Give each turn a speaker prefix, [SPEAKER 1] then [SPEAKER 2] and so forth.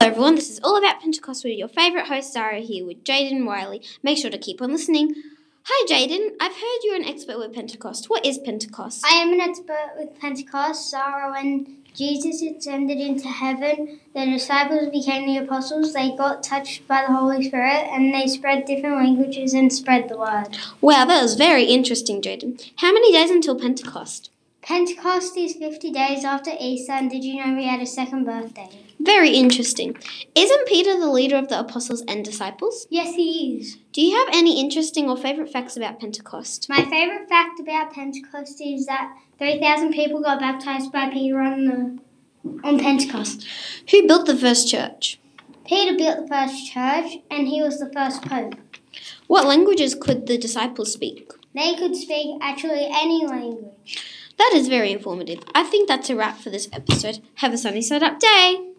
[SPEAKER 1] everyone. This is All About Pentecost with your favourite host, Zara, here with Jaden Wiley. Make sure to keep on listening. Hi, Jaden. I've heard you're an expert with Pentecost. What is Pentecost?
[SPEAKER 2] I am an expert with Pentecost. Sarah, when Jesus ascended into heaven, the disciples became the apostles. They got touched by the Holy Spirit and they spread different languages and spread the word.
[SPEAKER 1] Wow, that was very interesting, Jaden. How many days until Pentecost?
[SPEAKER 2] Pentecost is 50 days after Easter, and did you know we had a second birthday?
[SPEAKER 1] Very interesting. Isn't Peter the leader of the apostles and disciples?
[SPEAKER 2] Yes, he is.
[SPEAKER 1] Do you have any interesting or favourite facts about Pentecost?
[SPEAKER 2] My favorite fact about Pentecost is that 3,000 people got baptized by Peter on the on Pentecost.
[SPEAKER 1] Who built the first church?
[SPEAKER 2] Peter built the first church and he was the first pope.
[SPEAKER 1] What languages could the disciples speak?
[SPEAKER 2] They could speak actually any language.
[SPEAKER 1] That is very informative. I think that's a wrap for this episode. Have a sunny side up day!